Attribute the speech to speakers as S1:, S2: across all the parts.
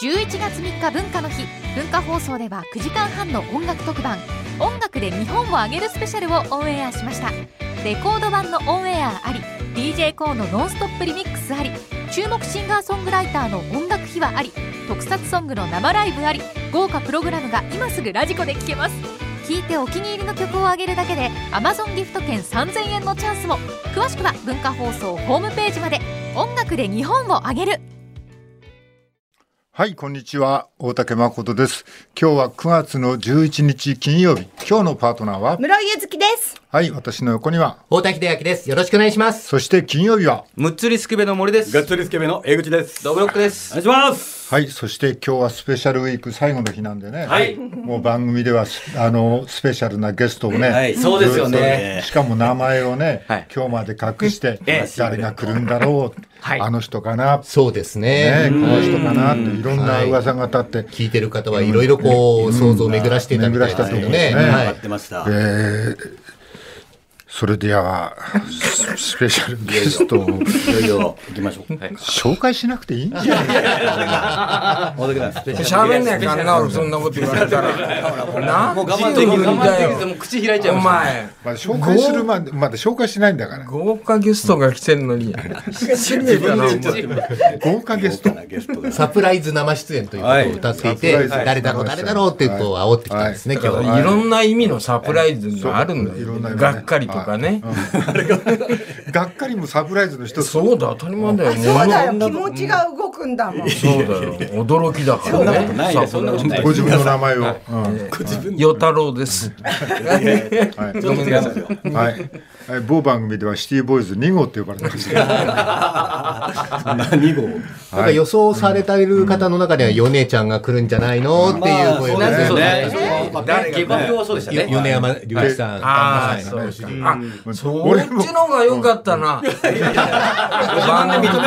S1: 11月3日文化の日文化放送では9時間半の音楽特番「音楽で日本をあげるスペシャル」をオンエアしましたレコード版のオンエアあり d j k o の「ノンストップリミックス」あり注目シンガーソングライターの音楽秘話あり特撮ソングの生ライブあり豪華プログラムが今すぐラジコで聴けます聴いてお気に入りの曲をあげるだけで Amazon ギフト券3000円のチャンスも詳しくは文化放送ホームページまで音楽で日本をあげる
S2: はい、こんにちは。大竹誠です。今日は9月の11日金曜日。今日のパートナーは、
S3: 室井ゆずきです。
S2: はい、私の横には、
S4: 大滝秀明です。よろしくお願いします。
S2: そして金曜日は、
S5: むっつりすくべの森です。
S6: ガッツリスケベの江口です。
S5: ドブロックで
S6: お。
S5: す
S6: 願いします。
S2: はい、そして今日はスペシャルウィーク最後の日なんでね。
S6: はい
S2: もう番組ではス、あの、スペシャルなゲストをね。
S6: はいそうですよ
S2: ずっ
S6: ね
S2: としかも名前をね、
S5: はい
S2: 今日まで隠して
S6: ええ、
S2: 誰が来るんだろう。
S4: はい
S2: あの人かな。
S4: そうです
S2: ね、
S4: ね。
S2: この人かなっていろんな噂が立って、
S4: 聞いてる方はいろいろこう、想像を巡らしていたみたいですけどね。
S2: 巡らしたと思います
S4: は
S6: 待っ
S4: い
S6: てまし
S2: え
S6: た。
S2: ーそれではススペシャルゲストを
S6: いよいよ行きましょう。
S2: 紹介しなくていいんじゃない
S6: 大竹さん、
S7: 喋んねえかんな俺そんなこと言われたらなもう我慢できるんだよ
S5: もう口開いちゃい
S7: お
S5: ました。
S7: 前
S2: まだ紹介するまでまだ紹介しないんだから
S7: 豪華ゲストが来てるのに失礼だなお前
S2: 豪華ゲスト
S6: 豪華なゲストが。
S4: サプライズ生出演ということを歌っていて、
S2: はい
S4: 誰だろう誰だろうってこう煽ってきたんですね、今日は。
S7: いろんな意味のサプライズがあるんだ
S2: いろ
S7: よ、
S2: んな意味ね
S7: がっかりとかね、
S2: がっかりもサプライズの一つ
S7: そうだ当たり前だよ
S3: そうだよ、
S7: 物
S3: 気持ちが動くんだもん。
S7: そうだよ驚きだから
S6: そんなことないよ
S7: ね
S6: そんなことない
S2: ご自分の名前を、
S7: 与太郎です
S2: はい
S7: ごめんなさい
S2: うんはいはい、某番組ではシティボーイズ2号って呼ばれてましたけど
S6: 何号
S4: なんか予想されてる方の中では、ヨネちゃんが来るんじゃないのっていう声
S5: なんで
S4: が
S5: そう
S4: ね。
S5: だね。下馬評はそうでしたね。
S4: 米山隆一さん。
S7: ああ
S4: 旦
S7: そ
S4: 那
S7: う
S4: さ
S7: か
S4: ん
S7: あそっちの方が良かったな番組的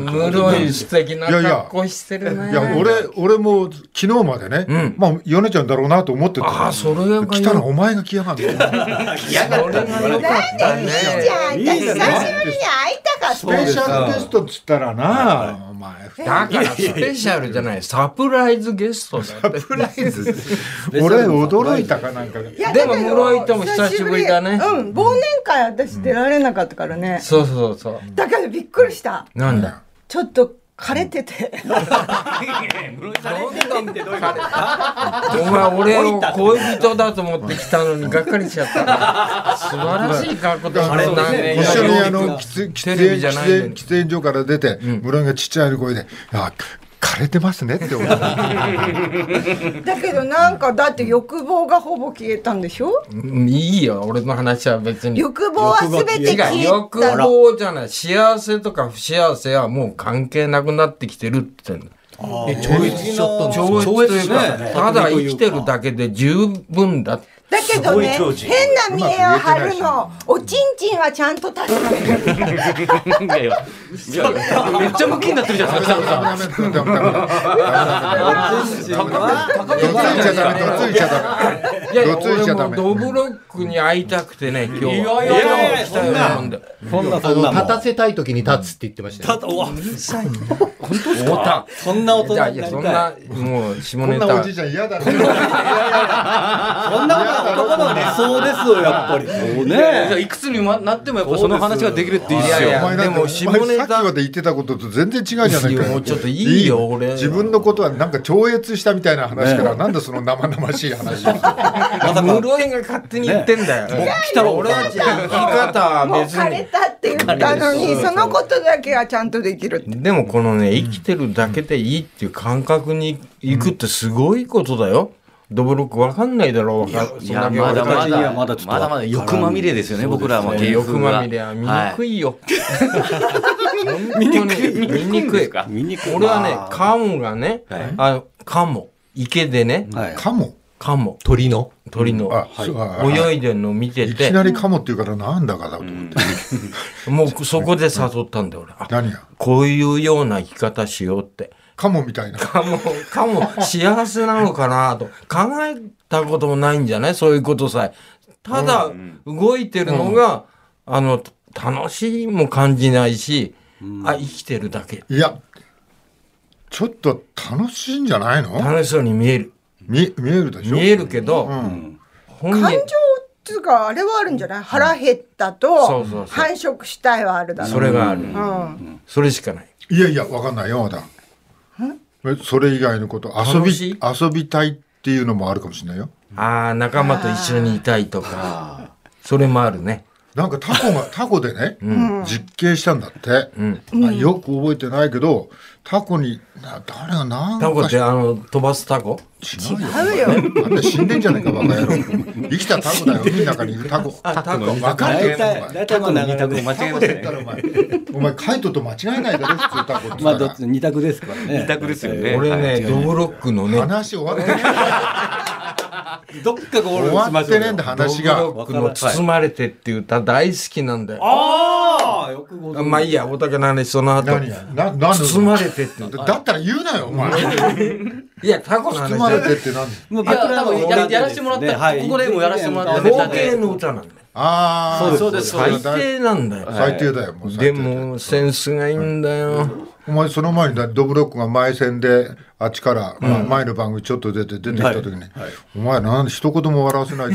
S7: に室井素敵ない
S2: やいや
S7: 格好してるね
S2: いや俺俺も昨日までね、まあ米ちゃんだろうなと思ってた
S7: ああそれが
S2: 来たらお前が来やがってス
S5: 嫌がったって言われて。
S3: なんでいいじゃん、私久しぶりに会いたかった。
S2: ペシャルゲストっつったらなお前
S7: だからスペシャルじゃないサプライズゲストだって
S2: サプライズ俺驚いたかなんか
S3: いや
S7: でも室井とも久しぶりだね
S3: うん、忘年会私出られなかったからね。
S7: そうそうそう
S3: だからびっくりした。
S7: なんだ
S3: ちょっと枯れてて。
S7: お前俺を恋人だと思って来たのにがっかりしちゃった素晴らしい格好だそんなね
S2: 一緒にあの喫喫
S7: テレビ
S2: 煙
S7: じゃないのに
S2: 喫煙喫煙所から出て室井がちっちゃい声で「あ枯れてますね」って 思った
S3: だけどなんか、だって欲望がほぼ消えたんでしょ
S7: うんいいよ俺の話は別に
S3: 欲望はすべ
S7: 違
S3: て消
S7: う
S3: え
S7: 欲
S3: た。
S7: 望じゃない幸せとか不幸せはもう関係なくなってきてるって言ってんだ
S4: 超越しちゃったんです
S7: 超越というか、
S6: ね
S7: ただ生きてるだけで十分だって
S3: だけどね、
S6: すごい長寿
S3: 変な見栄を張るの。おちんちんはちゃんと立つの。
S5: いやいや。めっちゃムキになってるじゃないですか。
S2: ダメダメダメダメどつい
S5: 高
S2: ちゃダメどついちゃダメ
S7: いやいや
S2: どついち
S7: 俺
S2: ゃダ
S7: も
S2: メ
S7: ドブロックに会いたくてね今日
S5: やい
S7: は
S5: やいや
S7: 今日来たようなもんで
S6: そんな
S4: あ
S6: そん
S4: の
S6: なも
S4: 立
S6: ん。
S4: たせたい時に立つって言ってましたよ。
S6: うわ
S7: 太田
S6: そんな大人
S7: いやい
S6: になり
S7: やそん
S6: たい。
S7: なもう下
S2: こん
S7: ネ
S2: なお
S7: タ
S2: じいちゃん嫌だね
S6: そんなことは男の理想ですよ、やっぱり。そう
S5: じゃあ
S6: ね。
S5: いくつにもなってもやっぱその話ができるっていいっ
S7: いや
S5: す
S7: い
S5: よ。
S2: お
S7: や
S2: 前なんて
S7: でも下ネタ
S2: お前さっきまで言ってたことと全然違うじゃない
S7: い
S2: か
S7: やもうちょっといいよ俺
S2: 自分のことはなんか超越したみたいな話からなんでその生々しい話を
S7: 室井が勝手に言ってんだよ、
S6: 来たら俺は
S7: 生き方
S3: もう
S7: は別
S3: 枯れ
S7: に
S3: たって言ったのに、そのことだけはちゃんとできるって。
S7: でもこのね生きてるだけでいいっていう感覚に行くってすごいことだよ、ドブロックわかんないだろうわかん
S5: い
S7: そん
S5: や
S7: だけ
S5: まだ
S7: 俺た
S5: ま
S7: ち
S6: には
S5: だ
S6: ま
S5: ま
S6: だ
S5: だ
S6: ちょっと
S5: まだ欲まみれですよね僕らは結
S7: 欲
S5: 局は
S7: まみれは見にくいよ、 見にくい見にくい
S6: 見に来る
S7: 俺はねカモがね、
S5: はい
S7: あのカモ池でね、
S6: はい。
S2: かも
S7: カモ
S4: 鳥の。
S7: 鳥の、
S2: あそうあ
S7: 泳いでんの見て
S2: いき
S7: て
S2: なりかもっていうからなんだかだと思って
S7: もうそこで誘ったんだよ俺あ
S2: 何が
S7: こういうような生き方しようって
S2: かもみたいな
S7: かも、かも、幸せなのかなと。考えたこともないんじゃないそういうことさえ。ただ、動いてるのが、あの、楽しいも感じないし、あ、生きてるだけ。
S2: いや、ちょっと楽しいんじゃないの
S7: 楽しそうに見える
S2: 見見えるでしょ
S7: 見えるけど、
S2: ん
S7: 本
S3: 感情
S7: 人
S3: っていうかあれはあるんじゃない腹減った
S7: そ
S3: と
S7: うそうそう
S3: 繁殖したいはあるだろう
S7: それがある、
S3: うん
S7: それしかない
S2: いやいやわかんないよまだえそれ以外のこと遊
S7: 楽
S2: び
S7: しい
S2: 遊びたいっていうのもあるかもしれないよ
S7: ああ仲間と一緒にいたいとかそれもあるね
S2: なんかタコ がタコでね、実験したんだって、あよく覚えてないけどタコにな誰がなん
S7: タコっ
S2: か
S7: てあの飛ばすタコ
S2: 違うよ
S3: あるよ
S2: なんだ死んでんじゃないかバカ野郎生きたタコだよ海の中にいるタコ
S7: あタコ
S2: 分かる
S6: 大
S2: よお
S6: 体、
S2: 前
S6: 大体もう
S5: の二
S6: 長
S5: 択
S6: く
S5: で間違え
S2: タ
S5: ま
S2: コ
S5: し
S2: だっ
S5: た
S2: たらお
S5: ね。
S2: 前お前カイトと間違えないだろ普通タコって言
S6: まあ、
S2: った
S6: どっ
S2: ら
S6: ち二択ですからね。
S5: 二択ですよね。
S7: 俺
S5: はい
S7: ねドブロックのね
S2: 話終わってねえんだ
S6: どっかゴ
S2: 終
S6: ールにし
S2: わ
S6: ま
S2: っ
S6: しょ
S2: て
S6: う
S2: ねえん
S6: よ
S2: だ。
S7: ド
S2: 話
S7: ブ
S2: が
S7: ロックの「包まれて」っていう歌大好きなんだよ
S6: ああ、よくご存知
S7: まあいいや大竹の話その後
S2: 何やな何の
S7: 包まれてっていう
S2: だったら言うなよお前
S7: いやタコの
S2: 包まれ
S7: 話
S2: てって何
S6: まあ
S5: いや多分ややらせてもらった
S6: はい
S5: ここでもやらせてもらった
S6: ね
S5: ネ
S7: 冒
S5: タで
S7: 険の歌なんだよ
S2: ああ
S5: そうですそう
S7: 最
S5: です
S7: 低なんだよ
S2: 最低だよもう最低
S7: でもセンスがいいんだよ
S2: お前その前にだドブロックが前線であっちから、まあ前の番組ちょっと出て出てきた時に、お前なんで一言も笑わせないで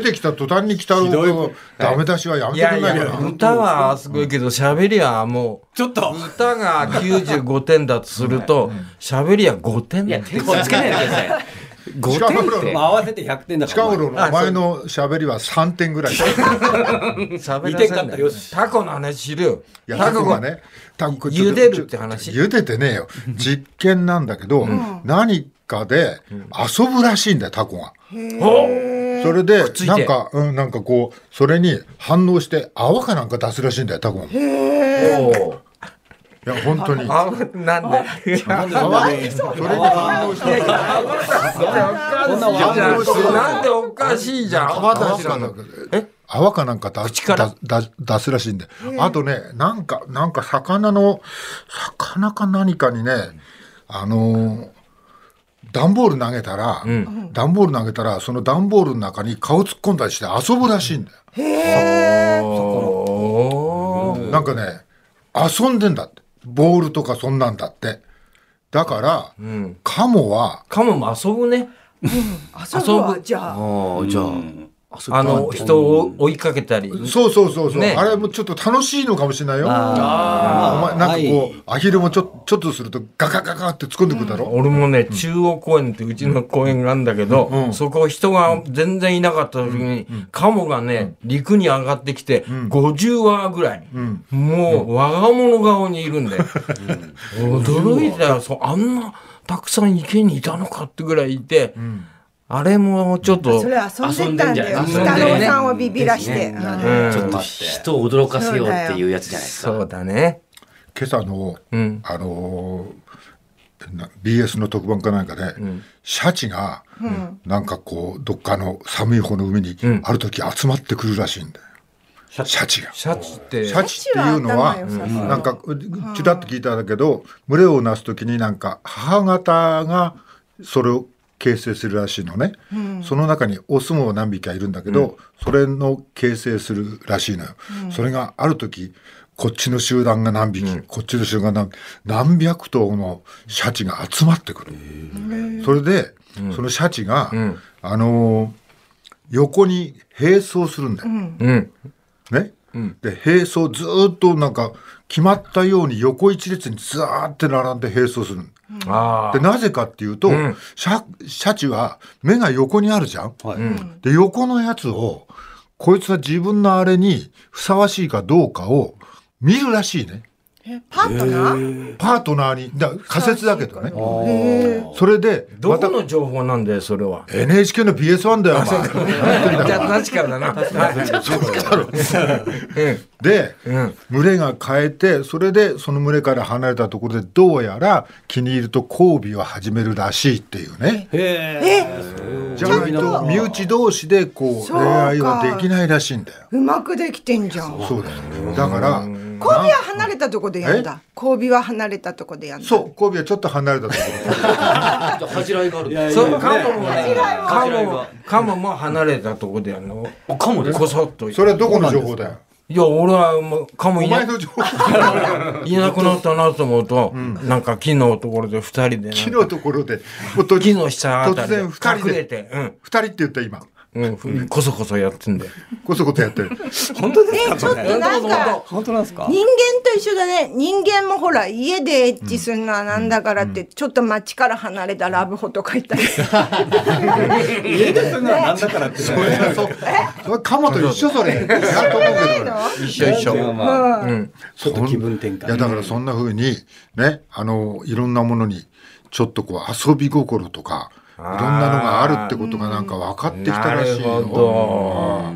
S2: 出てきた途端に北郎のダメ出しはやめ
S7: い
S2: てく
S7: や
S2: れ
S7: い
S2: ないか
S7: や
S2: ら
S7: 歌はすごいけど喋りはもう
S6: ちょっと
S7: 歌が95点だとすると喋りは5点
S5: い
S7: だ
S5: や
S7: よ
S5: 手をつけないでください。
S2: 近頃
S6: まあ
S2: の
S6: 合わせて100点だか
S2: 近
S6: ら。
S2: 頃のお前の喋りは3点ぐらいい
S7: 喋
S6: 見
S7: らせ
S6: て
S7: ん
S6: んか
S7: だよ
S6: ったよし
S7: タコの話しる
S2: や
S7: よ
S2: タ
S7: タ
S2: コ
S7: コ
S2: が
S7: が
S2: ねタコ
S7: 茹でるって話
S2: 茹でてねえよ実験なんだけど、何かで遊ぶらしいんだよタコが。それで
S7: ついて
S2: なんか、うん、なんかこうそれに反応して泡かなんか出すらしいんだよタコが。
S7: お
S2: いや本当に。
S7: あなんで
S6: なんでそんなに
S2: それに反応してるから
S7: なんでおかしいじゃん
S2: 泡出すかなんか
S7: え
S2: 泡かなんか出す
S7: から
S2: 出出出すらしいんであとねなんかなんか魚の魚か何かにねあのー段ボール投げたら、段ボール投げたらその段ボールの中に顔突っ込んだりして遊ぶらしいんだよ、
S7: おー
S2: なんかね遊んでんだってボールとかそんなんだってだから、カモは
S7: カモも遊ぶね
S3: 遊ぶわ
S7: 遊ぶ
S3: じゃあ
S5: ああじゃあ
S7: あの人を追いかけたり
S2: そうそうそうそう、
S7: ね
S2: あれもちょっと楽しいのかもしれないよ。
S6: あー
S2: お前なんかこう、
S6: は
S2: アヒルもちょちょっとするとガカガカって突っ込んでくるだろ。
S7: 俺もね、中央公園ってうちの公園があるんだけど、そこ人が全然いなかった時に、カモがね、陸に上がってきて、50羽ぐらい、もう我が物顔にいるんで、驚いたよそうあんなたくさん池にいたのかってぐらいいて、あれもちょっと
S3: それ遊んでたんだよ
S5: 遊んで
S3: 北
S5: んじゃない
S3: 郎さんをビビらし
S5: で
S3: て
S5: すね
S3: うん
S7: うん
S5: ちょっと人を驚かせようっていうやつじゃないですか。
S7: そうだね。
S2: 今朝の、
S7: ん
S2: あのーな BS の特番かなんかで、シャチが、なんかこうどっかの寒い方の海に、ある時集まってくるらしいんだよ。シャチが。
S7: シャチって、
S2: シャチっていうのは
S3: シャチは頭良さそう
S2: なんかちらっと聞いたんだけど群れをなす時になんか母方がそれを形成するらしいのね、その中にオスも何匹かいるんだけど、それの形成するらしいのよ、それがある時こっちの集団が何匹、こっちの集団が何何百頭のシャチが集まってくる、それで、そのシャチが、あのー横に並走するんだよ、
S7: うん。
S2: ね、で並走ずーっとなんか決まったように横一列にずーって並んで並走するの
S7: あ
S2: でなぜかっていうと、シャシャチは目が横にあるじゃん、
S6: はい
S2: で横のやつをこいつは自分のあれにふさわしいかどうかを見るらしいね
S3: パートナー
S2: パートナーにだ仮説だけどね
S3: へー
S2: それで
S7: あ。ど
S2: ま
S7: こ
S2: た
S7: の情報なんだよ、それは。
S2: NHK の BS1 だよお前
S7: じゃあ 確かだな。う
S2: で、
S7: ん
S2: 群れが変えてそれでその群れから離れたところでどうやら気に入ると交尾を始めるらしいっていうねじゃないと身内同士でこう
S3: そう
S2: 恋
S3: か
S2: 愛はできないらしいんだよ
S3: うまくできてんじゃん交
S2: そうだよだから
S3: 尾は離れたとこでやんだ交尾は離れたとこでやんだ
S2: そう交尾はちょっと離れたとこ
S5: じゃあ恥じらいがある。
S7: ん。そう、カモもね、カモも、カモも離れたとこでやるの。
S5: カモです
S7: こそっと。
S2: ろそれはどこの情報だよ
S7: いや、俺はもう、カモ
S2: お
S7: い
S2: 前
S7: な
S2: の情報
S7: いなくなったなと思うと、なんか木のところで二人で、
S2: 木のところで、もうと
S7: 木の下あた
S2: 突
S7: りで
S2: 然二人
S7: 隠れ
S2: で、
S7: て、うん。
S2: 二人って言った今、
S7: うんふ、こそこそやってんだよ。
S2: こそこそやってる。
S6: 本当で
S3: え
S6: すか
S3: ちょっとなんか
S6: 本当なんですか
S3: 人間と一緒だね人間もほら家でエッチするのはなんだからって、ちょっと街から離れたラブホとか行ったりする
S6: 家でするのはなんだからってそれ
S2: そう。それカモと一緒それ。やると思うけど。
S7: 一緒一緒。
S6: まあ
S7: うん。
S6: ちょっと気分転換
S2: いやだからそんな風にねあのいろんなものにちょっとこう遊び心とかいろんなのがあるってことがなんか分かってきたらしい
S7: なるほ
S2: よ。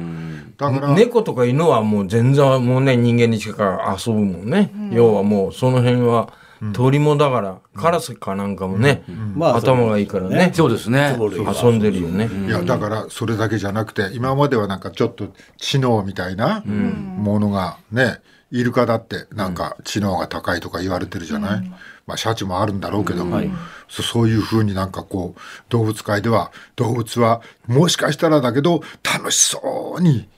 S2: だから、
S7: 猫とか犬はもう全然もうね人間にしか遊ぶもんね、要はもうその辺は鳥もだから、カラスかなんかもね、
S6: まあ
S7: 頭がいいからね
S5: そうですね。
S7: 遊んでるよね、
S2: いやだからそれだけじゃなくて今まではなんかちょっと知能みたいなものがねイルカだってなんか知能が高いとか言われてるじゃない、まあシャチもあるんだろうけども、そそういうふうになんかこう動物界では動物はもしかしたらだけど楽しそうに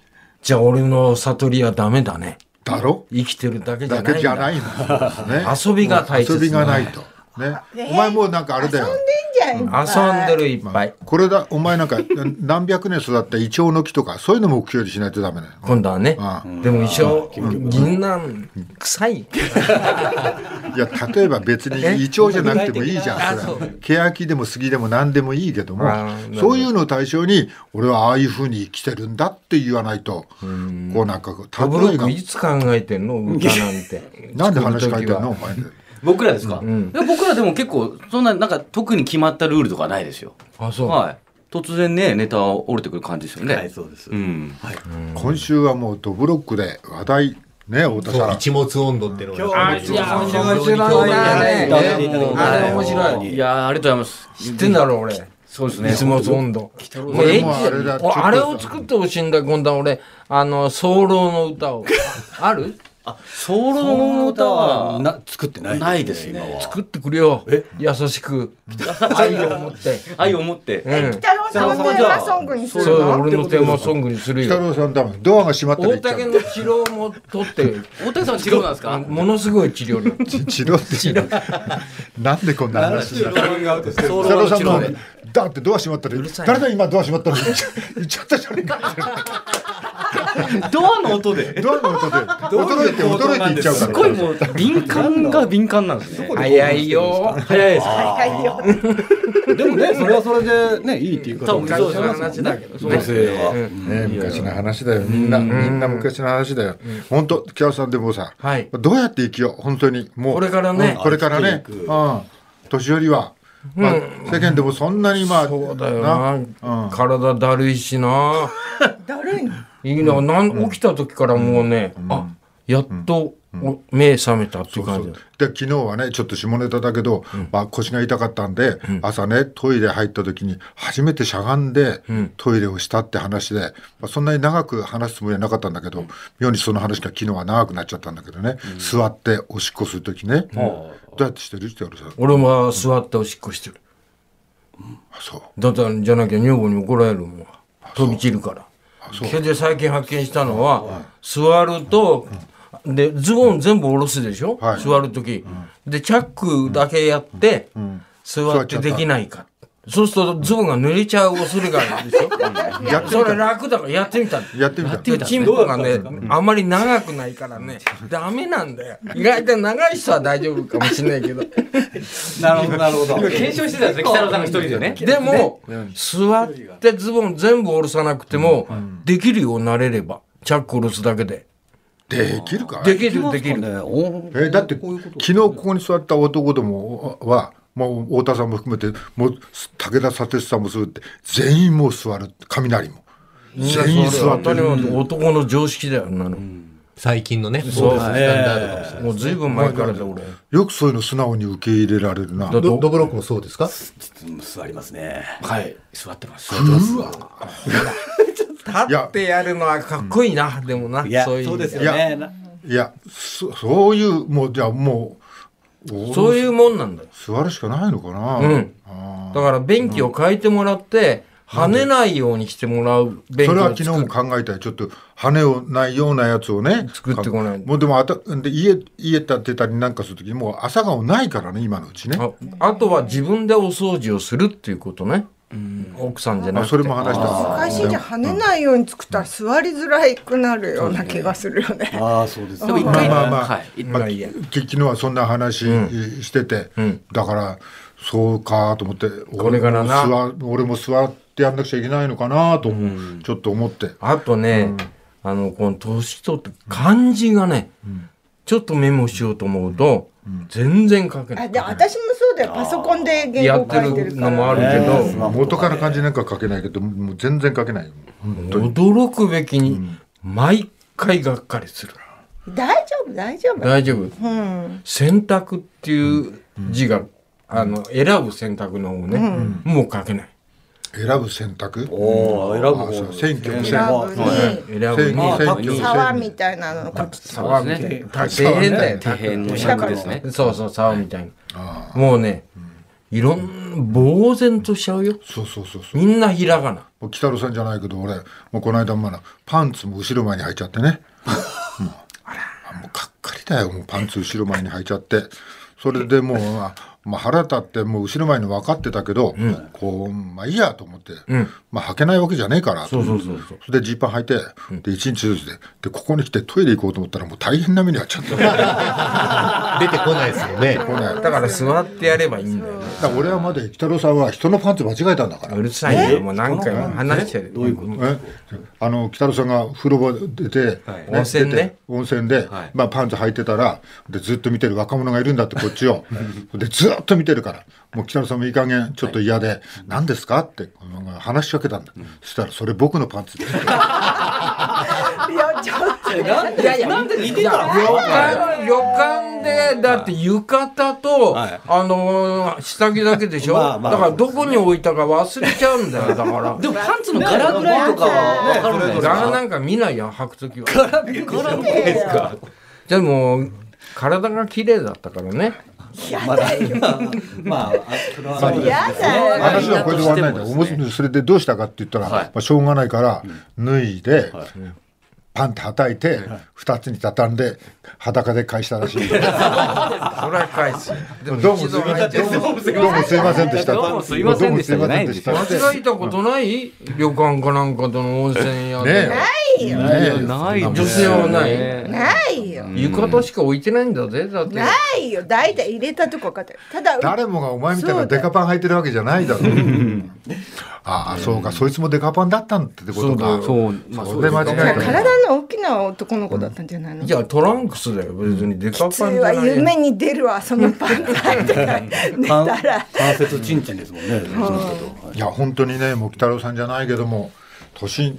S7: じゃあ俺の悟りはダメだね
S2: だろ
S7: 生きてるだけじ
S2: だ
S7: ゃない
S2: け
S7: ん
S2: じゃ
S7: だ
S2: ないんですね
S7: 遊びが大切
S2: 遊びがないと。ね、お前もうなんかあれだよ。
S3: いいんじゃん
S7: 遊んでるいっぱい
S2: これだ、お前なんか何百年育ったイチョウの木とか、そういうの目標にしないとダメだよ。
S7: 今度はね
S2: ああ
S7: でも一生銀杏臭い
S2: いや、例えば別にイチョウじゃなくてもいいじゃん。
S7: あ
S2: そ
S7: そ
S2: れは欅でも杉でも何でもいいけども
S7: あー、
S2: そういうのを対象に、俺はああいうふうに生きてるんだって言わないと、こうなんか、
S7: ダブル
S2: が
S7: ク、いつ考えてんの歌なんて
S2: なんで話変えてん
S7: 作る時
S2: のお
S7: は
S2: 前。
S5: 僕らですか、いや僕らでも結構、そんな、なんか特に決まったルールとかないですよ。
S7: あそう、
S5: はい。突然ね、ネタが降りてくる感じですよね。
S6: はいそうです
S5: うん。
S2: 今週はもうドブロックで話題、ね、太田さ。
S4: そうん一物温度ってのが
S7: いや面白いねあれ面白い
S5: いやーありがとうございます。
S7: 知ってんだろ俺
S5: そうですね。
S7: 水も温度。もう
S2: 俺
S7: エ
S2: もあれだ
S7: ッチ俺あれを作ってほしいんだ、今度は俺、あの、早漏の歌 を。あある
S5: ソロの歌は、な
S6: な作ってない
S5: ないですね。
S7: 作ってくれよ。優し く。愛を持って。
S5: 愛を持って。
S7: うん。
S3: 北郎さんのテーマソングにす
S7: そ
S3: る
S7: れを
S3: の
S7: 俺のテーマソングにする
S2: 北
S7: よ。
S2: 郎さん多分、ドアが閉まったら行
S7: 大
S2: っちゃう
S7: 竹。の治療も取って、
S5: 大竹さんは治療なんですか
S7: ものすごい治療量。
S2: 治療っていうの なんでこんな話になった
S5: ソ
S2: 佐
S5: ロ
S2: 野
S5: の
S2: さ
S5: 治
S2: ん
S5: 療
S2: も
S5: で。
S2: だってドア閉まったら
S7: さいな
S2: 誰だ今ドア閉まったら 言っちゃったじゃねえか
S5: ドアの音で。
S2: ドアの音で驚いて驚いて言っちゃうか
S5: すごい
S2: ら
S5: もう、敏感が敏感なんですね。
S7: 早いよ。
S5: 早いです。
S3: はいよ
S6: でもねそれはそれでねいいっていう方もいらっしゃいますもんね
S7: 話だけど。そう
S6: 女性は
S2: ね昔の話だよみんなみんな昔の話だよ本当北尾さんでもさ
S7: はい
S2: どうやって生きよう本当にもう
S7: これからね
S2: うんこれからね
S6: 生きてい
S2: うん年寄りはまあ世間でもそんなに今
S7: そうだよな。体だるいしな。
S3: だるいの
S7: いいな、なん、起きた時からもうね、あ、やっと、お目覚めたっていう感じ。
S2: で昨日はねちょっと下ネタだけど、まあ、腰が痛かったんで、朝ねトイレ入った時に初めてしゃがんで、トイレをしたって話で、まあ、そんなに長く話すつもりはなかったんだけど、妙にその話が昨日は長くなっちゃったんだけどね、座っておしっこする時ね、どうやってしてるって言われたら
S7: 俺も座っておしっこしてる。
S2: あそう
S7: だったらじゃなきゃ女房に怒られるもん飛び散るからそれで最近発見したのは座るとでズボン全部下ろすでしょ、
S2: はい
S7: 座る時、でチャックだけやって、座ってできないかそうするとズボンが濡れちゃう恐れがあ るでしょ、
S2: やってみ
S7: それ楽だからやってみた
S2: やってみた
S7: でチンポがね、あんまり長くないからね、ダメなんだよ。意外と長い人は大丈夫かもしれないけど。
S6: なるほどなるほど
S5: 今検証してたんですね。北野さんが一人でね。
S7: でも、座ってズボン全部下ろさなくても、できるようになれれば。チャック下ろすだけで。
S2: できるか
S7: できる、できる。
S2: えーだって昨日ここに座った男どもは、まあ、太田さんも含めてもう武田砂鉄さんもそうって全員もう座る雷も全員座って
S7: 当たり
S2: る。
S7: 前だ男の常識だよ、あんなの。
S4: 最近のね、そうですね。スタンダードかもしれない。
S7: もう随分前からだ、俺。
S2: よくそういうの素直に受け入れられるな。
S4: ドドブロックもそうですか
S6: 座りますね
S5: はい。座ってます。
S7: 立ってやるのはかっこいいな、でもな。
S6: いや
S7: そうい
S6: そう
S7: う
S6: で
S7: 意
S6: す
S7: 味。
S6: よねない
S2: や、そそういう、もう、じゃあもう、お
S7: そういうもんなんだよ。
S2: 座るしかないのかな。
S7: うん
S2: あ
S7: だから便器を変えてもらって、跳ねないようにしてもらう勉
S2: それ
S7: 強
S2: は
S7: を
S2: 昨日
S7: 作
S2: も
S7: っ
S2: 考えたよちょっと羽をないようなやつをね
S7: 作ってこない
S2: もうでもあたで家家建てたりなんかする時にもう朝顔ないからね今のうちね
S7: ああとは自分でお掃除をするっていうことね、奥さんじゃなく
S2: あ
S7: て
S2: それも話した
S3: 昔じゃ跳ねないように作ったら座りづらくなるような気がするよね。
S6: ああ、そうです。
S5: でも一
S2: まあ
S5: 回
S2: まあまあ、
S5: はい
S2: まあ、き昨日はそんな話してて、だからそうかと思って
S7: これからな
S2: 俺も座俺も座ってやんなくちゃいけないのかなと、ちょっと思って
S7: あとね、あのこの年取って漢字がね、ちょっとメモしようと思うと、全然書けな
S3: あ
S7: い
S3: で私もそうだよパソコンで
S7: や
S3: 原
S7: っ
S3: 稿書いて
S7: て
S3: る
S7: る
S3: か
S7: のもあ
S3: ら。
S7: るけど、
S6: スマホ
S2: 元から漢字なんか書けないけどもう全然書けないよ
S7: 驚くべきに毎回がっかりする、
S3: 大丈夫大丈夫。
S7: 大丈夫
S3: うん。
S7: 選択っていう字が、あの選ぶ選択の方ね、もう書けない
S2: 選ぶ選択
S6: おお、選ぶ
S2: あそう
S6: 方。
S2: 選挙
S6: 選
S2: ね
S3: 選ぶに
S7: 選ぶに
S2: 選
S6: 挙
S2: 挙
S3: 沢みたいなのこっち。
S5: そうですね。
S7: 大変だよ
S5: 底辺の尺ですね。
S7: そうそう沢みたいなもうねいろん呆然としちゃうよ
S2: そうそうそうそう
S7: みんなひらがな
S2: もう北郎さんじゃないけど俺もうこの間まだパンツも後ろ前に履いちゃって ねもうもうがっかりだよもうパンツ後ろ前に履いちゃってそれでもう、まあまあ、腹立ってもう後ろ前に分かってたけど、こうまあいいやと思って、まあ履けないわけじゃねえからと
S7: そうそうそうそう
S2: それでジーパン履いてで一日ずつででここに来てトイレ行こうと思ったらもう大変な目に遭っちゃっ た
S4: 出てこないですよね。
S2: こうねだ
S7: だから座ってやればいいんだよね
S2: から俺はまだ北郎さんは人のパンツ間違えたんだから
S7: うるさいよもう何回も話してる
S6: どういうこと
S2: えあの北野さんが風呂場出て、
S5: はい
S7: 温泉
S2: 出
S7: ね
S2: て温泉で、
S5: はい
S2: まあ、パンツ履いてたらでずっと見てる若者がいるんだってこっちをでずっと見てるからもう北野さんもいい加減ちょっと嫌で「何ですか?」ってうん話しかけたんだ、そしたら「それ僕のパンツ」です
S3: いやちょっ
S6: なんで、なんで似てた
S7: 旅館旅館でだって浴衣と、
S6: はい
S7: あのー下着だけでしょ、
S6: まあまあ
S7: だからどこに置いたか忘れちゃうんだよだから
S5: でもパンツの柄ぐらいとかはわかるんじゃないです
S7: 柄
S5: か。
S7: なんか見ないやん履くときは柄見ですかでも体が綺麗だったからね
S6: まだ、まあ、あそれは
S3: とやだよ。
S2: 話はこれで終わらないんだよ
S5: だとし
S2: 面
S5: てもですね
S2: 白いそれでどうしたかって言ったら、
S5: はい
S2: まあ、しょうがないから脱いで、パンって叩いて、二つに畳んで裸で返したらしい
S7: それは返すよでも
S2: どうも
S7: 一
S2: す
S7: 度
S2: いま
S7: 履い
S2: せ
S7: て
S2: んどうもどうもすいませんでした
S5: どうもすいませんでしたじゃないですよ
S7: 間違えたことない、旅館かなんかとの温泉や
S2: ね
S7: で、
S3: ないよ
S2: ねえ
S5: ない
S7: 女性はない、
S3: ないよ。
S7: 浴衣しか置いてないんだぜだって
S3: ないよ大体入れたとこかってただ
S2: 誰もがお前みたいなデカパン履いてるわけじゃないだろう。ああ、そうか、そいつもデカパンだったんってことか。
S7: そう
S5: そう、まあ
S2: それ間違えたね。
S3: 体の大きな男の子だったんじゃないの
S7: じゃあトランクスだよ別にデカパン
S3: 普
S7: じ
S3: 通
S7: ゃない
S3: は夢に出るわそのパンツ履いてない寝たら
S6: 関節チンチンですもんね。その人と
S2: いや、本当にね、もう北郎さんじゃないけども。年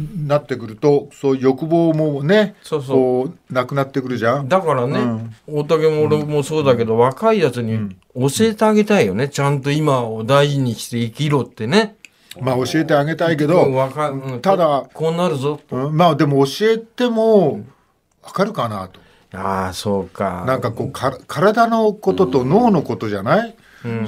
S2: になってくると、そう欲望もね、
S7: そうそう
S2: こうなくなってくるじゃん。
S7: だからね、大竹も俺もそうだけど、若いやつに教えてあげたいよね、ちゃんと今を大事にして生きろってね、
S2: まあ、教えてあげたいけ
S7: うん
S2: ど、
S7: 若いうん
S2: ただ
S7: こうなるぞ
S2: うんまあ、でも教えても。わかるかなと。
S7: ああそうか
S2: なんかこうか体のことと脳のことじゃない、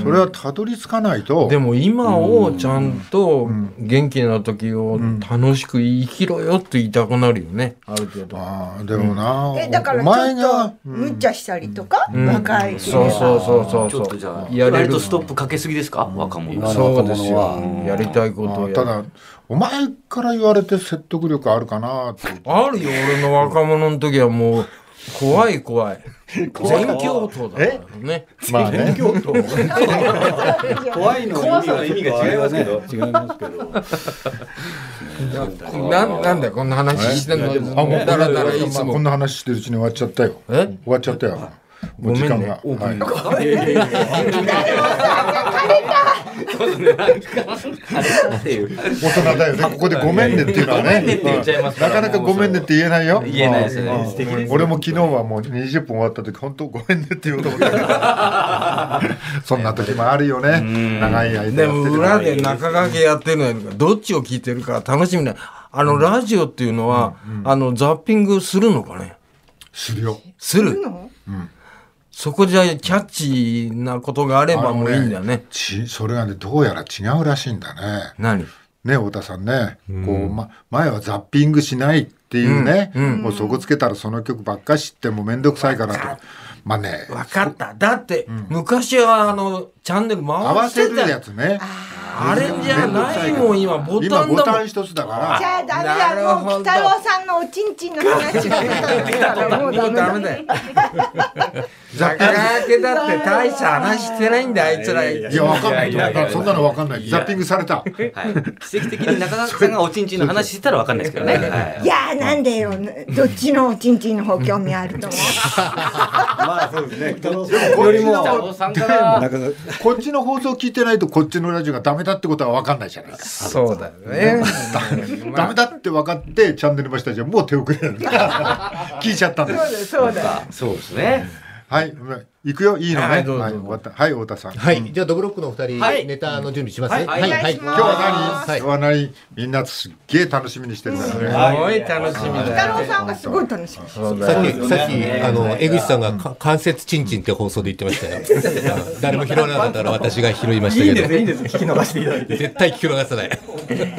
S2: それはたどり着かないと
S7: でも今をちゃんと元気な時を楽しく生きろよって言いたくなるよね、ある程度
S2: ああでもな、
S3: えだから
S2: お
S3: ち
S2: 前
S3: ょっ
S2: が
S3: とむっちゃしたりとか、若い人
S7: そう
S3: は
S7: そうそうそう
S5: ち
S7: そう
S5: ょっとじゃあ、
S7: やれ
S5: 割
S7: る
S5: とストップかけすぎですか、若者
S6: 今の
S5: は。
S7: そ
S6: 若
S7: うです
S6: 者は
S7: よやりたいことを
S2: あ
S7: や
S2: た
S7: るあ
S2: だお前から言われて説得力あるかな って
S7: るよ俺の若者の時はもう怖い怖い全教頭だからね
S2: まあね
S6: 怖いの怖さの意味が違いますけど。違いますけど。
S7: なんなんだよこんな話してんの
S2: あもう
S7: だらだらいつ
S2: まあこ
S7: も
S2: んな話してるうちに終わっちゃったよ終
S7: え
S2: わっちゃったよもう時間が、はい
S5: っていう。
S2: 大人だよねここで「ごめんね」っていうのは
S5: ごめん
S2: ね
S5: ねって言っちゃいます
S2: なかなか「ごめんね」って言えないよ
S5: 言えないですね
S2: うん
S5: 素敵
S2: うん俺も昨日はもう20分終わった時本当ごめんねって言おうと思ったけどそんな時もあるよね長い間やってて
S7: でも裏で中掛けやってるのやるからどっちを聞いてるか楽しみなあのラジオっていうのはあのザッピングするのかね
S2: するよ
S7: するそこじゃキャッチーなことがあればもういいんだよね
S2: ちそれがねどうやら違うらしいんだね
S7: 何
S2: ね、太田さんね、こう、ま、前はザッピングしないっていうね、もうそこつけたらその曲ばっか知っても面倒くさいからとか。まあね、
S7: 分かった。だって、昔はあの、チャンネル
S2: 合
S7: 回
S2: わ
S7: し
S2: せ
S7: て
S2: る
S7: た
S2: や
S7: よ。
S2: つね。
S7: あれじゃないもん、今、ボタ
S2: 今
S7: ン
S2: ボタ
S7: だも
S2: ン
S7: ん。
S2: 一つだか
S3: じ
S2: ら。
S3: ゃあダメ
S7: なる
S3: だ
S7: ほ
S3: も
S7: ど
S3: う北郎さんのおちんちんの話が出たからもうダメ
S7: ダ
S3: だ
S7: メだよ。
S2: ザッ
S7: だから明けだって大した話してないんだ、あいつら。
S5: いや
S2: いや、わかんない
S5: いやいやいや
S2: そんなのわかんない。ザッピングされた。
S5: はい、奇跡的に中川さんがおちんちんの話してたらわかんないですけどね。はい
S3: いやーなんでよどっちのおちんちんの方興味あると思
S6: まあそうですね。北郎さ
S2: こ
S6: ん
S2: っ
S6: よ
S2: ち
S6: りも
S5: 北
S2: の
S5: 郎さんから
S6: 中澤
S2: こっちの放送聞いてないとこっちのラジオがダメだってことはわかんないじゃないですか。
S7: そうだよ ね。
S2: ダメだって分かってチャンネルましたじゃもう手遅れなんだ聞いちゃったんです
S3: うそうだ
S5: そうですね。
S2: はい行くよいいのねは
S7: はいいどうぞ
S2: 終わったはい太田さん今
S4: はい。じゃあ、ドブロックのお二
S5: はい
S4: 人、ネタの準備しますね。
S5: はい
S3: お願いします
S2: 日は
S4: は
S2: 何
S4: い
S2: 今日は何みんなすっげえ楽しみにしてるからね
S7: すごい楽しみ
S3: 北
S7: だよ。
S3: 郎さんがすごい楽しみ
S7: そうだ
S4: さ
S7: よ
S4: っき、さっき、あの、江口さんがか関節チンチンって放送で言ってました よ。うん誰も拾わなかったから私が拾いましたけど、
S6: いいんです。聞き逃していただいて。
S4: 絶対聞き逃さない。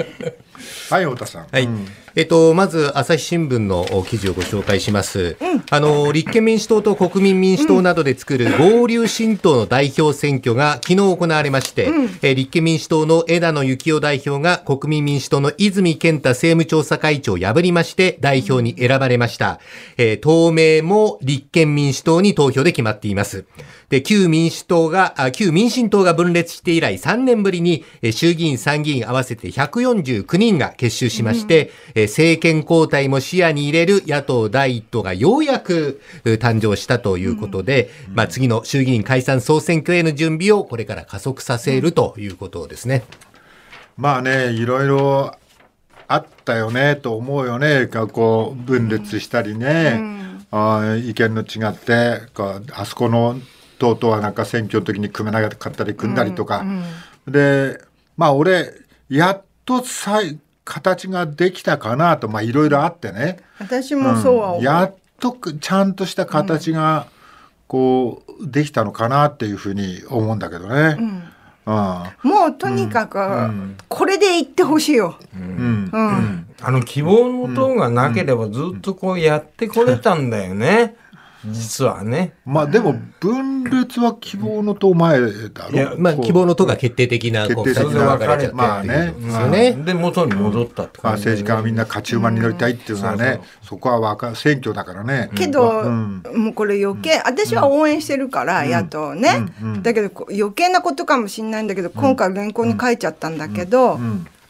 S2: はい太田さん
S4: はい。えっと、まず、朝日新聞の記事をご紹介します。あの、立憲民主党と国民民主党などで作る合流新党の代表選挙が昨日行われまして、えー立憲民主党の枝野幸男代表が国民民主党の泉健太政務調査会長を破りまして、代表に選ばれました。えー党名も立憲民主党に投票で決まっています。で、旧民主党が、あ旧民進党が分裂して以来3年ぶりに、えー衆議院参議院合わせて149人が結集しまして、えー政権交代も視野に入れる野党第一党がようやくえー誕生したということで、まあ次の衆議院解散総選挙への準備をこれから加速させるということですね。
S2: まあねいろいろあったよねと思うよねがこう分裂したりね、あー意見の違ってこうあそこの党とはなんか選挙の時に組めなかったり組んだりとか、でまあ俺やっとさい形ができたかなとまあいろいろあってね、
S3: 私もそうは思う
S2: やっとくちゃんとした形がこうできたのかなっていうふうに思うんだけどね。うん
S3: もうとにかくこれで行ってほしいよ
S2: うん
S3: うん
S7: あの、希望の党がなければずっとこうやってこれたんだよね。実はね。
S2: まあでも分裂は希望の党前だろ
S7: いや
S2: う。
S4: まあ
S2: こう
S4: 希望の党が決定的な、こう、
S2: 決定的
S4: 二つに
S2: な
S4: 分かれちゃった
S2: まあ
S4: って
S2: ね
S4: いうことですよね。
S7: で、元に戻ったって
S2: まあ
S7: 感じだよね。
S2: 政治家はみんな勝ち馬に乗りたいっていうのはね、そこはわか選挙だからね。
S3: けど、もうこれ余計私は応援してるから、野党ね、だけどこう余計なことかもしれないんだけど今回連行に書いちゃったんだけど、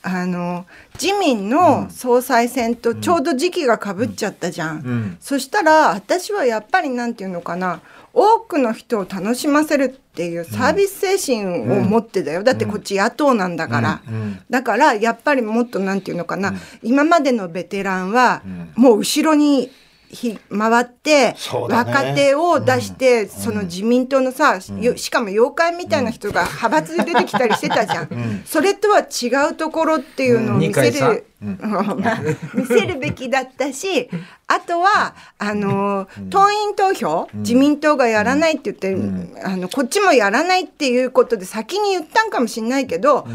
S3: あの自民の総裁選とちょうど時期がかぶっちゃったじゃん、そしたら私はやっぱりなんていうのかな多くの人を楽しませるっていうサービス精神を持ってだよ、だってこっち野党なんだから、だからやっぱりもっとなんていうのかな、今までのベテランはもう後ろにひ回って、
S2: そうだね
S3: 若手を出して、その自民党のさ、よしかも妖怪みたいな人が派閥で出てきたりしてたじゃん、それとは違うところっていうのを見せ
S7: 二階さん
S3: る、まあ 見せるべきだったしあとはあのー党員投票、自民党がやらないって言って、あのこっちもやらないっていうことで先に言ったんかもしれないけど、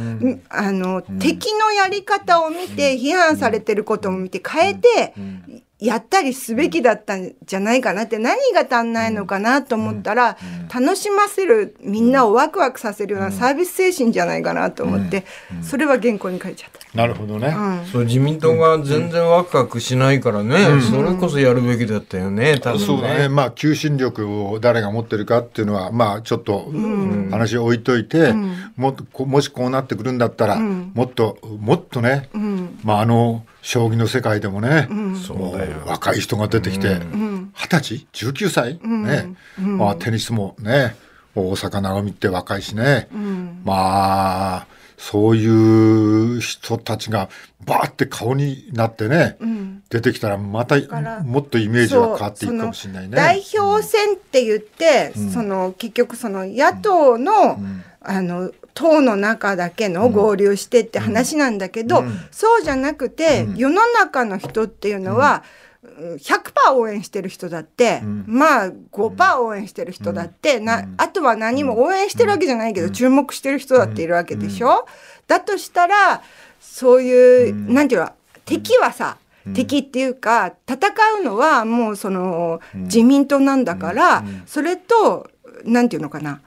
S3: あの敵のやり方を見て批判されてることも見て変えて。やったりすべきだったんじゃないかなって何が足んないのかなと思ったら、楽しませるみんなをワクワクさせるようなサービス精神じゃないかなと思って、それは原稿に書いちゃった。
S2: なるほどね。
S7: そう自民党が全然ワクワクしないからね、それこそやるべきだったよね、多分ね。
S2: そうだね。まあ求心力を誰が持ってるかっていうのはまあちょっと話を置いといて、もっとこもしこうなってくるんだったら、もっともっとね、まああの将棋の世界でもね、もう若い人が出てきて、二十歳、19歳、ね、まあテニスもね、大坂なおみって若いしね、まあ。そういう人たちがバーって顔になってね、出てきたらまた
S3: から
S2: もっとイメージイメージは変わっていくかもしれないね。
S3: 代表選って言って、その結局その野党の、あの党の中だけの合流してって話なんだけど、そうじゃなくて、世の中の人っていうのは、うん100%応援してる人だって、まあ5%応援してる人だって、なあとは何も応援してるわけじゃないけど、注目してる人だっているわけでしょ、だとしたらそういう、なんていうの敵はさ、敵っていうか戦うのはもうその自民党なんだから、それとなんていうのかな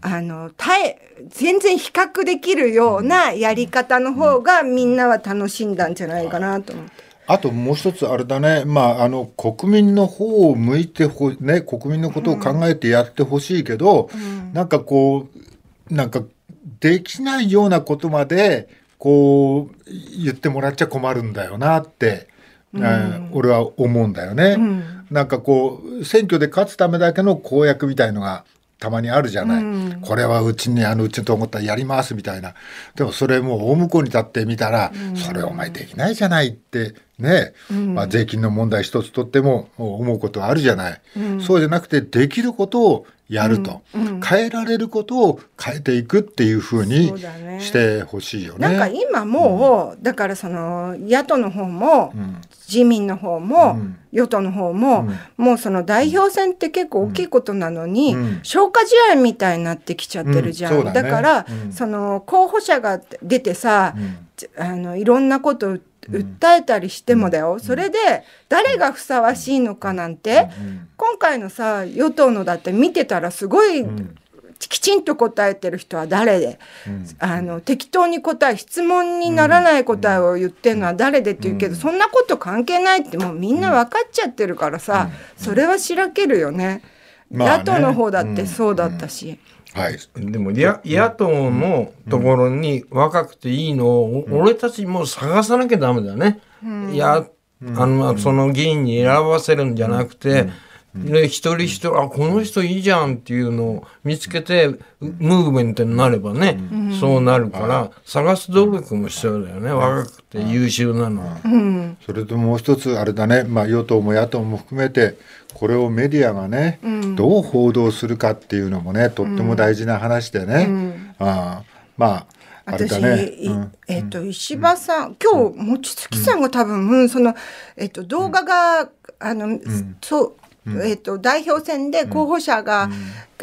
S3: あの対全然比較できるようなやり方の方がみんなは楽しんだんじゃないかなと思って。
S2: あともう一つあれだね、まあ、あの国民の方を向いてほ、ね、国民のことを考えてやってほしいけど、なんかこうなんかできないようなことまでこう言ってもらっちゃ困るんだよなって、えー俺は思うんだよね、なんかこう選挙で勝つためだけの公約みたいのがたまにあるじゃない、これはうちにあのうちと思ったらやりますみたいなでもそれもう大向こうに立ってみたら、それお前できないじゃないってね、まあ、税金の問題一つとっても思うことはあるじゃない、そうじゃなくてできることをやると、変えられることを変えていくっていうふうに
S3: そうだね
S2: してほしいよね。
S3: なんか今もう、だからその野党の方も、
S2: ん
S3: 自民の方も、
S2: うん
S3: 与党の方も、もうその代表選って結構大きいことなのに、
S2: うん
S3: 消化試合みたいになってきちゃってるじゃん、
S2: うんそうだね
S3: だから、
S2: うん
S3: その候補者が出てさ、
S2: うん
S3: あのいろんなことを訴えたりしてもだよ、それで誰がふさわしいのかなんて、
S2: うん
S3: 今回のさ与党のだって見てたらすごい、きちんと答えてる人は誰で、あの適当に答え質問にならない答えを言ってるのは誰でって言うけど、そんなこと関係ないってもうみんな分かっちゃってるからさ、それはしらけるよね。
S2: まあね
S3: 野党の方だってそうだったし、
S2: はい
S7: でもや野党のところに若くていいのを、お俺たちもう探さなきゃダメだね。やあのその議員に選ばせるんじゃなくて、で一人一人あこの人いいじゃんっていうのを見つけてうムーブメントになればね、そうなるから探す努力も必要だよね、若くて優秀なのは。
S2: それともう一つあれだね、まあ、与党も野党も含めてこれをメディアがね、どう報道するかっていうのもねとっても大事な話でね、ああまああれだ
S3: 私、
S2: ね、
S3: い
S2: うん
S3: えっ、と石破さん、今日望月さんが多分、うんそのえっ、と動画が、あの、そうえっ、と代表選で候補者が、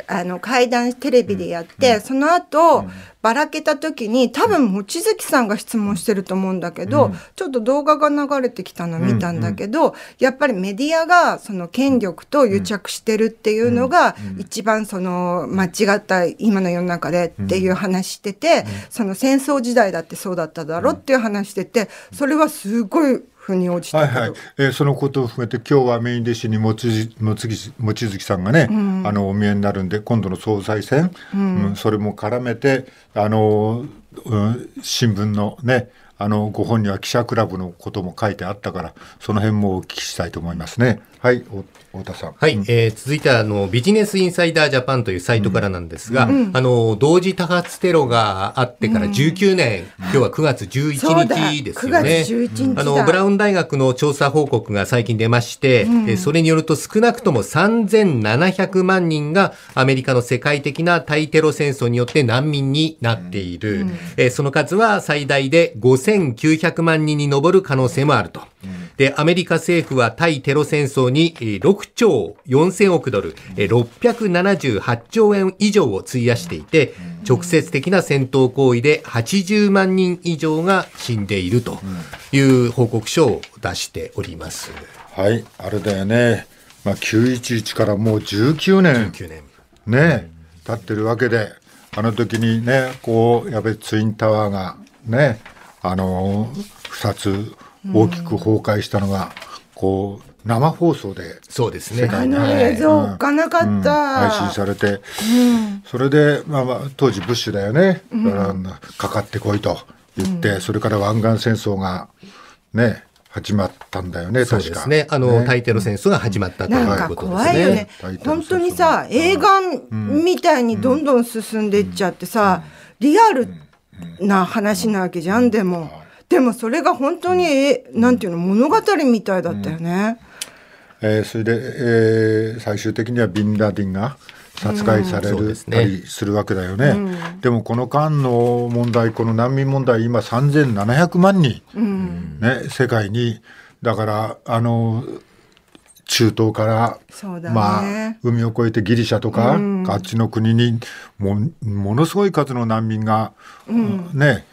S3: あの会談テレビでやって、その後、ばらけた時に多分望月さんが質問してると思うんだけど、ちょっと動画が流れてきたの見たんだけど、やっぱりメディアがその権力と癒着してるっていうのが一番その間違った今の世の中でっていう話してて、その戦争時代だってそうだっただろっていう話しててそれはすごい腑に落ち
S2: は
S3: た
S2: い
S3: けど、
S2: はい、えーそのことを含めて今日はメインディッシュに望月望月望月さんがね、あのお見えになるんで今度の総裁選、うんそれも絡めてあの、うん新聞のねあのご本には記者クラブのことも書いてあったからその辺もお聞きしたいと思いますね。はいお太田さん。
S4: はい、えー続いてはあのビジネスインサイダージャパンというサイトからなんですが、あの同時多発テロがあってから19年、今日は9月
S3: そうだ
S4: 11日です
S3: 9
S4: よ
S3: 月
S4: ね。
S3: 11日だ、
S4: あのブラウン大学の調査報告が最近出まして、えーそれによると少なくとも3700万人がアメリカの世界的な対テロ戦争によって難民になっている、えーその数は最大で5900万人に上る可能性もあると。で、アメリカ政府は対テロ戦争にえー6兆4000億ドル、えー678兆円以上を費やしていて、直接的な戦闘行為で80万人以上が死んでいるという報告書を出しております。
S2: はい、あれだよね。まあ、911からもう19年
S4: 9年。
S2: ね、経ってるわけで、あの時にね、こう、やべ、ツインタワーがね、あのー、2つ大きく崩壊したのが、こう、生放送で
S4: そうですね。
S3: あの映像置かなかった、
S2: 配信されて、それで、まあまあ、当時ブッシュだよね、だからかかってこいと言って、それから湾岸戦争がね、始まったんだよね、確
S4: そ
S2: か。
S4: うですね。あの、対テロ戦争が始まったとい
S3: なん
S4: う
S3: か
S4: ことで
S3: 怖
S4: す
S3: いよ
S4: ね
S3: ね。本当にさ映画みたいにどんどん進んでいっちゃってさ、リアルな話なわけじゃんでも、でもそれが本当にえなんていうの物語みたいだったよね、
S2: えーそれで、えー最終的にはビンラディンが殺害され
S4: うんそう
S2: る
S4: です
S2: た
S4: ね
S2: りするわけだよね。でもこの間の問題、この難民問題、今3700万人、ね、世界に、だから、あの、中東から、
S3: そうだね
S2: まあ、海を越えてギリシャとか、あっちの国にもうものすごい数の難民が、ね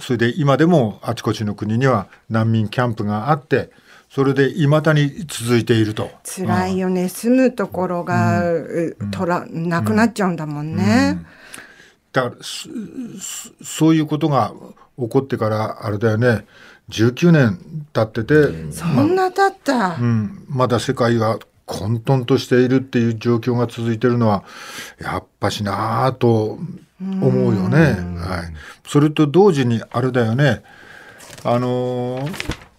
S2: それで今でもあちこちの国には難民キャンプがあってそれでいまだに続いていると。
S3: 辛いよね、住むところが、とらなくなっちゃうんだもんね。
S2: だからすすそういうことが起こってからあれだよね19年経ってて、
S3: そんなだった、
S2: うん、まだ世界が混沌としているっていう状況が続いてるのはやっぱしなぁと思うよね。はい、それと同時にあれだよねあのー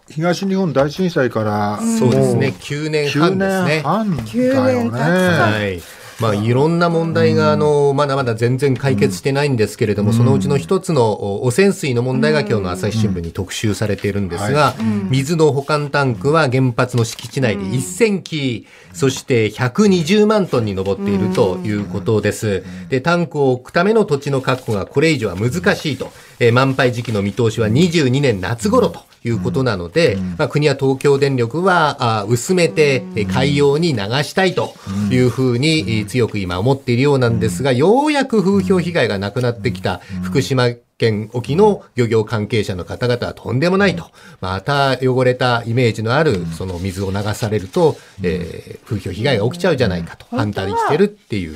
S2: 東日本大震災から
S4: そうですね
S2: もう
S4: 9年
S2: 9
S4: 半です
S2: 年
S4: ね
S2: 半だよ
S3: 9年経つか
S2: ね。
S4: はい。まあ、いろんな問題が、あの、まだまだ全然解決してないんですけれども、そのうちの一つのお汚染水の問題が今日の朝日新聞に特集されているんですが、水の保管タンクは原発の敷地内で1000基、そして120万トンに上っているということです。で、タンクを置くための土地の確保がこれ以上は難しいと、えー満杯時期の見通しは22年夏頃と。いうことなので、まあ、国や東京電力はあ薄めてえー海洋に流したいというふうにえー強く今思っているようなんですが、ようやく風評被害がなくなってきた福島県沖の漁業関係者の方々はとんでもないと。また汚れたイメージのあるその水を流されると、えー風評被害が起きちゃうじゃないかと反対してるっていう。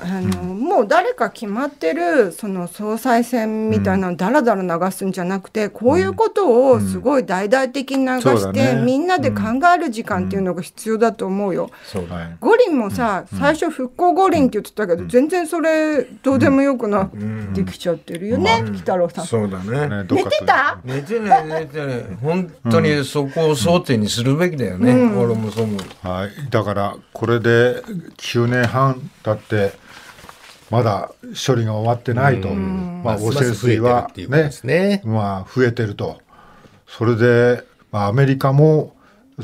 S3: あのもう誰か決まってるその総裁選みたいなのだらだら流すんじゃなくて、こういうことをすごい大々的に流
S2: そ
S3: し
S2: うだ
S3: て、
S2: ね
S3: みんなで考える時間っていうのが必要だと思うよ。
S2: そうだね
S3: 五輪もさ、最初復興五輪って言ってたけど、全然それどうでもよくなってきちゃってるよね、鬼太郎さん。
S7: そうだね。
S2: どう
S3: 寝
S2: か
S3: てた
S7: 寝てない寝てない。本当にそこを争点にするべきだよね。俺もそう思う。
S2: はい、だからこれで9年半経ってまだ処理が終わってないと、まあ、汚染水は
S4: ますます増えてるっていうこと
S2: ね
S4: ですね
S2: まあ、増えてるとそれで、まあ、アメリカも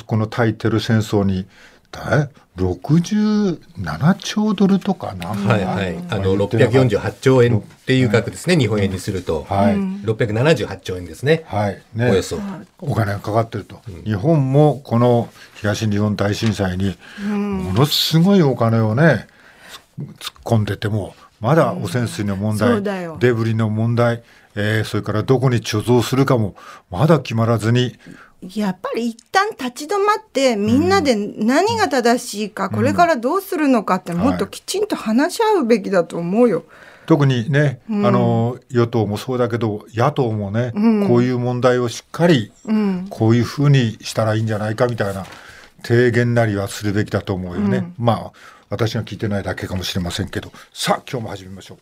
S2: この対テロ戦争にだい67兆ドルとかな、
S4: はいはい。あの、
S2: 言ってなかった
S4: 648兆円っていう額ですね、日本円にすると。
S2: はい
S4: 678兆円ですね。
S2: はい
S4: お
S2: ね、
S4: よそ。
S2: お金がかかってると、日本もこの東日本大震災にものすごいお金をねつ突っ込んでてもまだ汚染水の問題、
S3: そうだよ
S2: デブリの問題、えーそれからどこに貯蔵するかもまだ決まらずに
S3: やっぱり一旦立ち止まってみんなで何が正しいか、これからどうするのかってもっときちんと話し合うべきだと思うよ。
S2: 特にね、あの与党もそうだけど野党もね、こういう問題をしっかり、こういうふうにしたらいいんじゃないかみたいな提言なりはするべきだと思うよね。まあ私が聞いてないだけかもしれませんけどさあ今日も始めましょう。